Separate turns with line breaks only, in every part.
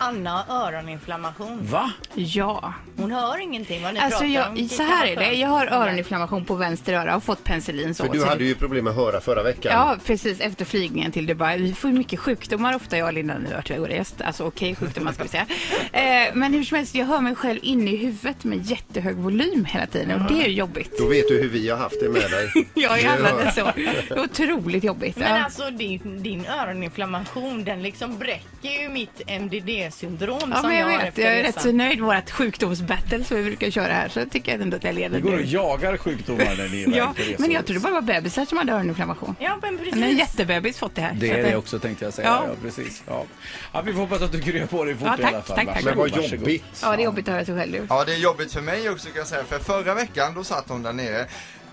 Anna har öroninflammation.
Va?
Ja.
Hon hör ingenting vad ni
Alltså
pratar om.
jag, så här är det, jag har öroninflammation på vänster öra och fått penicillin så.
För du
så
hade ju problem med att höra förra veckan.
Ja, precis. Efter flygningen till Dubai. Vi får ju mycket sjukdomar ofta, jag och Linda, nu vart vi orest. Alltså okej, sjukdomar ska vi säga. Eh, men hur som helst, jag hör mig själv inne i huvudet med jättehög volym hela tiden och det är ju jobbigt.
Då vet du hur vi har haft det med dig.
Jag
Det
är
hör-
hamnat så. Det är otroligt jobbigt.
Men
Ja.
alltså din, din öroninflammation den liksom bräcker ju mitt MDD-syndrom
Ja,
som
men jag
jag, har
vet.
efter
Jag är rätt
resan.
så nöjd med vårt sjukdomsbattle som vi brukar köra här. Så jag tycker ändå att jag
Det
leder
går och
nu.
jagar sjukdomar när ni är
Ja,
iväg på resor.
men jag tror det bara var bebisar som hade öroninflammation.
Ja men precis.
Men en jättebebis fått det här.
Det
Så
är
att
det också tänkte jag säga. Ja.
Ja.
precis. Ja. Ja, vi får hoppas att du kryar på dig fort
Ja, tack,
i alla fall.
tack, tack.
Men
Varsågod,
vad
varsågod.
jobbigt.
Ja, det är jobbigt att höra sig själv.
Ja, det är jobbigt för mig också kan jag säga, för förra veckan då satt hon där nere.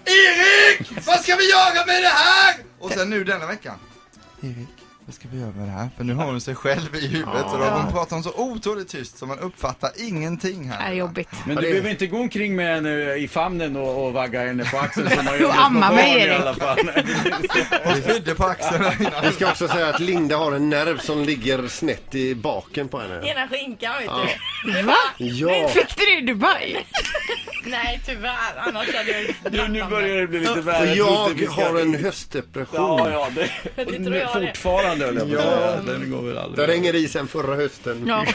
Erik! Vad ska vi göra med det här? Och sen nu denna veckan. Erik, vad ska vi göra med det här? För nu har hon sig själv i huvudet och då har hon pratar hon så otroligt tyst så man uppfattar ingenting
Det är
här.
jobbigt.
Men
Ja,
du
det-
behöver inte gå omkring med henne i famnen och, och vagga henne på axeln som man gör
Och
med små
amma
barn
mig,
i
Erik.
alla fall.
Hon spydde på axeln innan.
Vi ska också säga att Linda har en nerv som ligger snett i baken på henne.
Ena skinkan vet du.
Va?
Ja,
Fick du det i Dubai?
Nej tyvärr, annars hade jag ju
Du, nu börjar det bli lite
och
värre.
jag
trodde vi ska-
har en höstdepression.
Ja, ja, det...
det tror
nu-
jag det.
Fortfarande höll jag på att
Ja.
säga. Den går väl aldrig.
Den hänger i sen förra hösten.
Ja.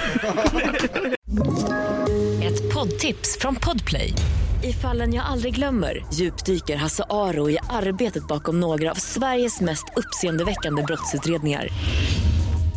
Ett poddtips från Podplay. I fallen jag aldrig glömmer djupdyker Hasse Aro i arbetet bakom några av Sveriges mest uppseendeväckande brottsutredningar.